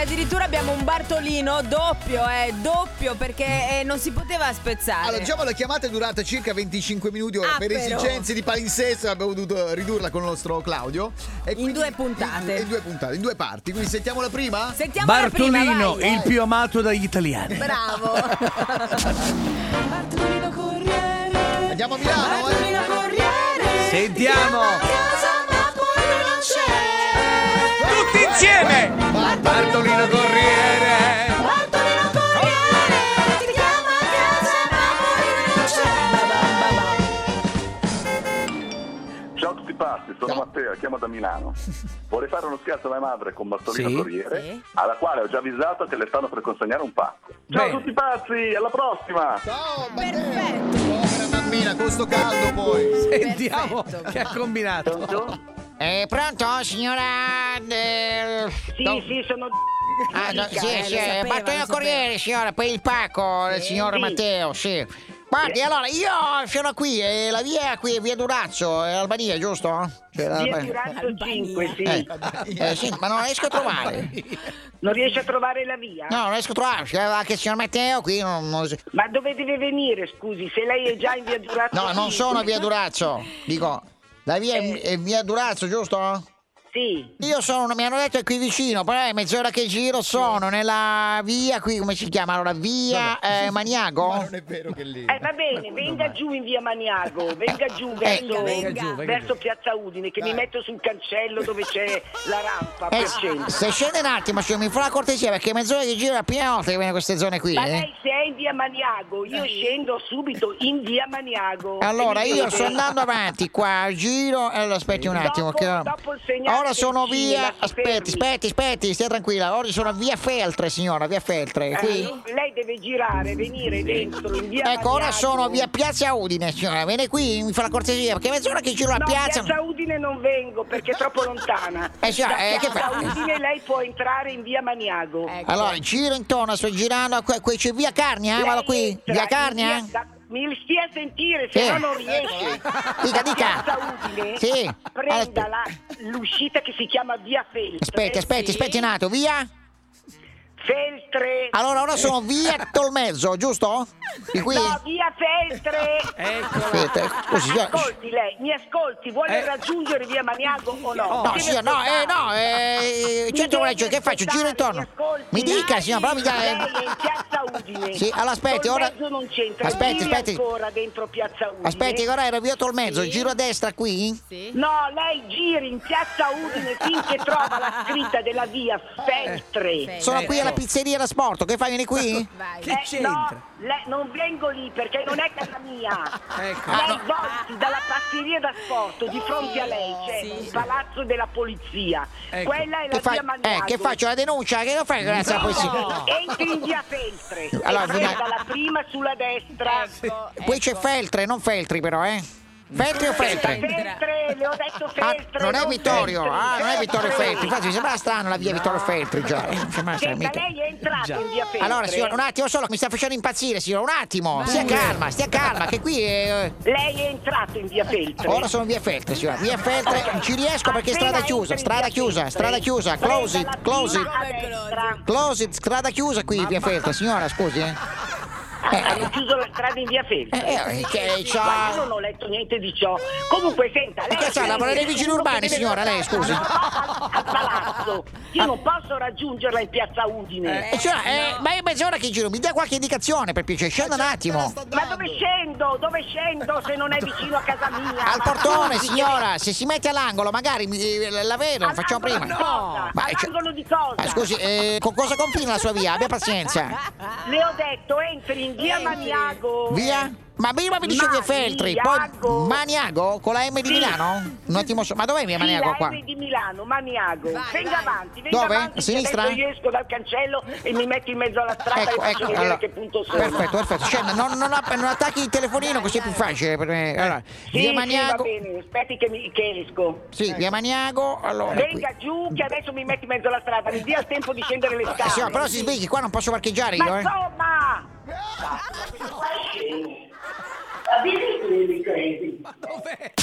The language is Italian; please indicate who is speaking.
Speaker 1: addirittura abbiamo un Bartolino doppio, eh, doppio perché eh, non si poteva spezzare.
Speaker 2: Allora, diciamo la chiamata è durata circa 25 minuti ora
Speaker 1: Ah,
Speaker 2: per
Speaker 1: però.
Speaker 2: esigenze di palinsesto abbiamo dovuto ridurla con il nostro Claudio. E
Speaker 1: In due puntate.
Speaker 2: In, in due puntate, in due parti. Quindi sentiamo la prima?
Speaker 1: Sentiamo la
Speaker 3: Bartolino,
Speaker 1: prima, vai.
Speaker 3: il più amato dagli italiani.
Speaker 1: Bravo.
Speaker 4: Bartolino Corriere.
Speaker 2: Andiamo a Milano, eh?
Speaker 4: Bartolino Corriere.
Speaker 3: Sentiamo.
Speaker 4: Chiama a casa ma poi non c'è.
Speaker 3: Tutti insieme! Bartolino Corriere!
Speaker 4: Bartolino Corriere. Ti chiama a casa ma poi non c'è.
Speaker 5: Ciao a tutti pazzi, sono
Speaker 2: Ciao.
Speaker 5: Matteo, chiamo da Milano. Vorrei fare uno scherzo alla madre con Bartolino
Speaker 3: Sì.
Speaker 5: Corriere,
Speaker 1: Sì.
Speaker 5: alla quale ho già avvisato che le stanno per consegnare un pacco. Ciao
Speaker 3: Bene.
Speaker 5: a tutti pazzi, alla prossima!
Speaker 2: Ciao, Matteo.
Speaker 1: Perfetto.
Speaker 2: Povera mammina, con sto caldo poi.
Speaker 3: Sentiamo
Speaker 1: Perfetto.
Speaker 3: che ha combinato.
Speaker 6: Eh, pronto signora? Eh,
Speaker 7: Sì,
Speaker 6: do-
Speaker 7: sì, sono.
Speaker 6: Ah, no,
Speaker 1: dica,
Speaker 6: sì,
Speaker 1: eh, lo
Speaker 6: sì,
Speaker 1: sapeva,
Speaker 6: eh, Bartolino
Speaker 1: lo sapeva.
Speaker 6: Corriere, signora, per il pacco, il signor
Speaker 7: Sì.
Speaker 6: Matteo, sì. Guardi, allora, io sono qui, eh, la via è qui, via Durazzo, è Albania, giusto? Cioè, la-
Speaker 7: Via Durazzo 5, sì.
Speaker 6: Eh, eh, sì, ma non riesco a trovare.
Speaker 7: Non riesce a trovare la via?
Speaker 6: No, non riesco a trovare, c'è anche il signor Matteo qui, non, non-
Speaker 7: Ma dove deve venire, scusi? Se lei è già in via Durazzo
Speaker 6: No, non
Speaker 7: 5.
Speaker 6: sono a via Durazzo, dico, la via è, è via Durazzo, giusto?
Speaker 7: Sì.
Speaker 6: Io sono, mi hanno detto è qui vicino, però è mezz'ora che giro, sono nella via qui, come si chiama? Allora, via eh,
Speaker 2: Ma
Speaker 6: Maniago?
Speaker 2: non è vero che lì.
Speaker 7: Eh, va bene, venga giù in via Maniago, venga giù verso,
Speaker 1: venga giù,
Speaker 3: venga
Speaker 7: verso Piazza Udine, che mi metto sul cancello dove c'è la rampa
Speaker 6: Eh,
Speaker 7: per scendere.
Speaker 6: se scende un attimo, signor, mi fa la cortesia perché è mezz'ora che giro è la prima volta che viene in queste zone qui.
Speaker 7: Ma
Speaker 6: eh.
Speaker 7: lei se è in via Maniago, io scendo subito in via Maniago.
Speaker 6: Allora,
Speaker 7: E mi
Speaker 6: io
Speaker 7: dico-
Speaker 6: sto andando avanti qua, giro, allora aspetti un attimo.
Speaker 7: Dopo-
Speaker 6: che...
Speaker 7: dopo il segnale
Speaker 6: Ora
Speaker 7: del
Speaker 6: sono
Speaker 7: cinema,
Speaker 6: via,
Speaker 7: si fermi.
Speaker 6: aspetti, aspetti, aspetti, stia tranquilla, ora sono a via Feltre, signora, via Feltre,
Speaker 7: Eh,
Speaker 6: qui.
Speaker 7: lei deve girare, venire dentro in via
Speaker 6: Ecco, ora
Speaker 7: Maniago.
Speaker 6: sono via Piazza Udine, signora, viene qui, mi fa la cortesia perché è mezz'ora che giro la
Speaker 7: No,
Speaker 6: piazza.
Speaker 7: Piazza Udine non vengo perché è troppo lontana.
Speaker 6: Eh, sì,
Speaker 7: Da
Speaker 6: eh, che
Speaker 7: Piazza
Speaker 6: fa-
Speaker 7: Udine lei può entrare in via Maniago.
Speaker 1: Ecco.
Speaker 6: Allora, giro intorno, sto girando, qui, qui c'è via Carnia, eh,
Speaker 7: Lei
Speaker 6: vado qui,
Speaker 7: entra
Speaker 6: via
Speaker 7: in
Speaker 6: Carnia.
Speaker 7: via- da- Mi stia a sentire, se
Speaker 6: Sì.
Speaker 7: no non riesce.
Speaker 6: Dica,
Speaker 7: Da
Speaker 6: dica.
Speaker 7: Piazza Udine,
Speaker 6: Sì.
Speaker 7: prenda
Speaker 6: Allora,
Speaker 7: la- l'uscita che si chiama via Feltre.
Speaker 6: Aspetti, aspetti, aspetti un attimo, via.
Speaker 7: Feltre.
Speaker 6: Allora, ora sono via Tolmezzo, giusto? Di qui?
Speaker 7: No, via Feltre.
Speaker 3: Eccola.
Speaker 6: Aspetta, eh, scusi, signora.
Speaker 7: Ascolti lei, mi ascolti, vuole
Speaker 3: Eh. raggiungere
Speaker 7: raggiungere via Maniago o no?
Speaker 6: No, signora, no, eh, no, eh, certo,
Speaker 7: devi
Speaker 6: che faccio? Giro
Speaker 7: ascoltare,
Speaker 6: intorno.
Speaker 7: mi
Speaker 6: Mi
Speaker 7: ascolti.
Speaker 6: dica, signora, però mi dà...
Speaker 7: Lei è in Piazza Udine.
Speaker 6: Sì, allora aspetti, ora...
Speaker 7: Tolmezzo non c'entra,
Speaker 6: Aspetti,
Speaker 7: giri
Speaker 6: aspetti.
Speaker 7: ancora dentro Piazza Udine.
Speaker 6: Aspetti, ora era via Tolmezzo, giro a destra qui?
Speaker 1: Sì.
Speaker 7: No, lei giri in Piazza Udine finché trova la scritta della via Feltre.
Speaker 1: Sì.
Speaker 6: Sono
Speaker 7: Eh,
Speaker 6: qui alla
Speaker 3: Ecco.
Speaker 6: pizzeria da sport, che fai, vieni qui?
Speaker 1: Vai.
Speaker 3: Che c'entra?
Speaker 7: no, lei- non vengo lì perché non è casa mia.
Speaker 3: Ecco.
Speaker 7: Lei volti dalla passeria da sport di fronte a lei c'è il palazzo della polizia.
Speaker 3: Ecco.
Speaker 7: Quella è la
Speaker 6: Che, fai-
Speaker 7: via
Speaker 6: eh,
Speaker 7: Maniago.
Speaker 6: che faccio, la denuncia? Che lo fai grazie alla polizia?
Speaker 7: Entri in via Feltre
Speaker 6: Allora,
Speaker 7: e prenda
Speaker 6: bisogna-
Speaker 7: la prima sulla destra.
Speaker 6: Ah, Poi c'è Feltre, non Feltri però, eh? Feltri o Feltre?
Speaker 7: Feltre, le ho detto
Speaker 6: Ah,
Speaker 7: Feltre.
Speaker 6: non è Vittorio,
Speaker 7: Feltri.
Speaker 6: ah, non è Vittorio
Speaker 7: Feltre.
Speaker 6: Feltri. Infatti mi sembrava strano la via Vittorio Feltri già. Mi sembrava strano,
Speaker 7: Senta,
Speaker 6: mica.
Speaker 7: lei è entrato in via Feltre.
Speaker 6: Allora, signora, un attimo solo, mi sta facendo impazzire, signora, un attimo. Stia calma, stia calma, che qui è...
Speaker 7: Lei è entrato in via Feltre.
Speaker 6: Ora sono via Feltre, signora. Via Feltre,
Speaker 7: Ok.
Speaker 6: ci riesco perché è strada
Speaker 7: Appena
Speaker 6: chiusa,
Speaker 7: entri in
Speaker 6: strada
Speaker 7: via
Speaker 6: chiusa,
Speaker 7: Feltre,
Speaker 6: strada chiusa,
Speaker 7: prenda
Speaker 6: close
Speaker 7: la
Speaker 6: it, close it.
Speaker 7: prima a destra.
Speaker 6: Close it, strada chiusa qui, via Feltre, signora, scusi. eh.
Speaker 7: Hanno chiuso la strada in via Feltre.
Speaker 6: Eh, eh, che
Speaker 7: Ma io
Speaker 6: c'ha...
Speaker 7: non ho letto niente di ciò. Comunque, senta, lei...
Speaker 6: che c'ha, lavora nei vigili urbani, signora, lei, scusi.
Speaker 7: No, al, al palazzo. Io non posso raggiungerla in piazza Udine.
Speaker 6: Eh, signora, eh, ma è mezz'ora che giro, mi dia qualche indicazione per piacere, scenda
Speaker 7: Eh,
Speaker 6: un
Speaker 7: certo,
Speaker 6: attimo.
Speaker 7: Ma dove scendo? Dove scendo se non è vicino a casa mia?
Speaker 6: Al
Speaker 7: Ma
Speaker 6: portone,
Speaker 7: scusi,
Speaker 6: signora, se si mette all'angolo, magari mi- eh, la vedo,
Speaker 7: che-
Speaker 6: facciamo prima.
Speaker 7: All'angolo di cosa?
Speaker 6: Ma, cioè-
Speaker 7: All'angolo di cosa?
Speaker 6: ma scusi, eh, con cosa confina la sua via? Abbia pazienza.
Speaker 7: Le ho detto, entri in via Maniago.
Speaker 6: Via? Ma prima mi dice via Feltri,
Speaker 7: Maniago.
Speaker 6: poi Maniago con la M di
Speaker 7: Sì.
Speaker 6: Milano? Un attimo so- Ma dov'è via
Speaker 7: Sì,
Speaker 6: Maniago
Speaker 7: la
Speaker 6: qua?
Speaker 7: R di Milano, Maniago.
Speaker 1: Vai,
Speaker 7: venga
Speaker 1: vai.
Speaker 7: avanti, venga
Speaker 6: Dove?
Speaker 7: avanti.
Speaker 6: A
Speaker 7: che
Speaker 6: sinistra?
Speaker 7: adesso io esco dal cancello e mi metto in mezzo alla strada
Speaker 6: Ecco,
Speaker 7: e faccio
Speaker 6: ecco,
Speaker 7: vedere
Speaker 6: allora.
Speaker 7: a che punto sono.
Speaker 6: Perfetto, perfetto. Scenda, non, non app- non attacchi il telefonino così è più facile per me. Allora,
Speaker 7: Sì,
Speaker 6: via
Speaker 7: sì,
Speaker 6: Maniago.
Speaker 7: va bene, aspetti che, mi, che esco.
Speaker 6: Sì, via Maniago. Allora, Eh, qui.
Speaker 7: Venga giù che adesso mi metti in mezzo alla strada, mi dia il tempo di scendere le
Speaker 6: Eh, signora,
Speaker 7: scale.
Speaker 6: però si sbigli, qua non posso parcheggiare io,
Speaker 7: Ma
Speaker 6: eh.
Speaker 7: insomma!
Speaker 3: Dov'è?